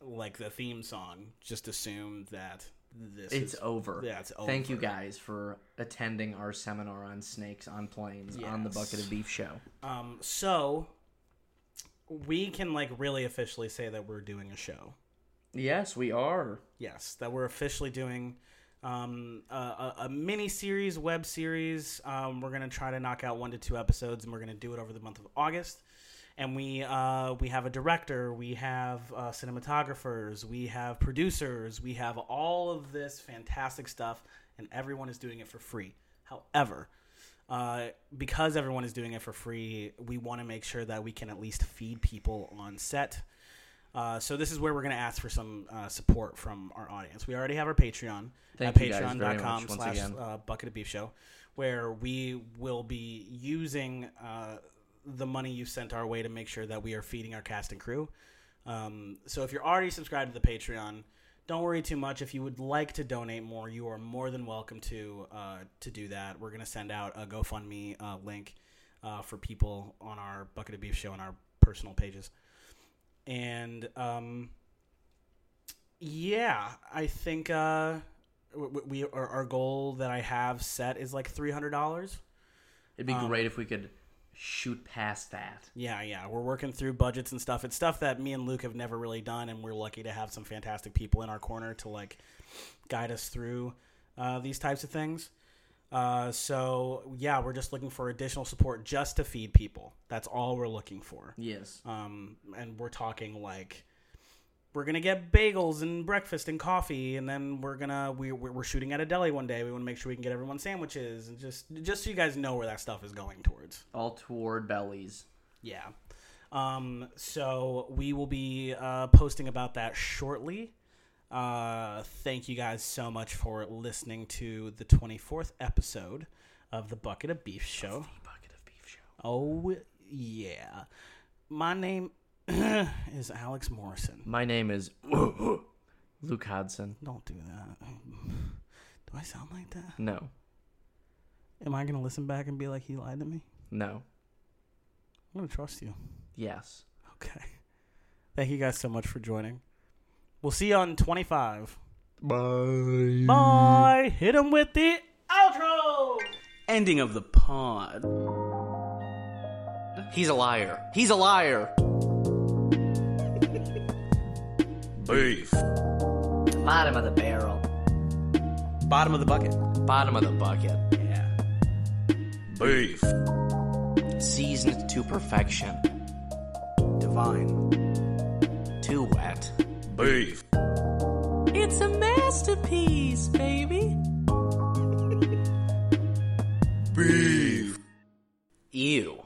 C: like the theme song, just assume that this
B: It's
C: is
B: over.
C: Yeah, it's over.
B: Thank you guys for attending our seminar on snakes on planes on the Bucket of Beef show.
C: Um, so we can like really officially say that we're doing a show.
B: Yes, we are.
C: Yes, that we're officially doing um, a, a, a mini series, web series. Um, we're gonna try to knock out one to two episodes, and we're gonna do it over the month of August. And we uh, we have a director, we have uh, cinematographers, we have producers, we have all of this fantastic stuff, and everyone is doing it for free. However, uh, because everyone is doing it for free, we want to make sure that we can at least feed people on set. Uh, so this is where we're going to ask for some uh, support from our audience. We already have our Patreon
B: Thank
C: at
B: you guys very much
C: patreon.com
B: once
C: slash
B: again.
C: uh, Bucket of Beef Show, where we will be using uh, the money you sent our way to make sure that we are feeding our cast and crew. Um, so if you're already subscribed to the Patreon, don't worry too much. If you would like to donate more, you are more than welcome to uh, to do that. We're gonna send out a GoFundMe uh, link uh, for people on our Bucket of Beef show and our personal pages. And um, yeah, I think uh, we, we our, our goal that I have set is like three hundred dollars.
B: It'd be
C: Um,
B: great if we could shoot past that.
C: Yeah, yeah. We're working through budgets and stuff. It's stuff that me and Luke have never really done, and we're lucky to have some fantastic people in our corner to like guide us through uh, these types of things. Uh, so yeah, we're just looking for additional support just to feed people. That's all we're looking for.
B: Yes.
C: Um, and we're talking like we're gonna get bagels and breakfast and coffee, and then we're gonna we we're we're shooting at a deli one day. We want to make sure we can get everyone sandwiches and just just so you guys know where that stuff is going towards.
B: All toward bellies.
C: Yeah. Um, so we will be uh, posting about that shortly. Uh, thank you guys so much for listening to the 24th episode of the Bucket of Beef Show.
B: Bucket of Beef show.
C: Oh, yeah. My name is Alex Morrison.
B: My name is Luke Hodson.
C: Don't do that. Do I sound like that?
B: No,
C: Am I going to listen back and be like, he lied to me?
B: no,
C: I'm going to trust you.
B: yes.
C: Okay. Thank you guys so much for joining. We'll see you on 25. Bye. Bye. Hit him with the outro. Ending of the pod.
B: He's a liar. He's a liar.
A: Beef.
B: Bottom of the barrel.
C: Bottom of the bucket.
B: Bottom of the bucket.
C: Yeah.
A: Beef.
B: Seasoned to perfection.
C: Divine.
B: Too wet.
A: Beef.
B: It's a masterpiece, baby.
A: Beef.
B: Ew.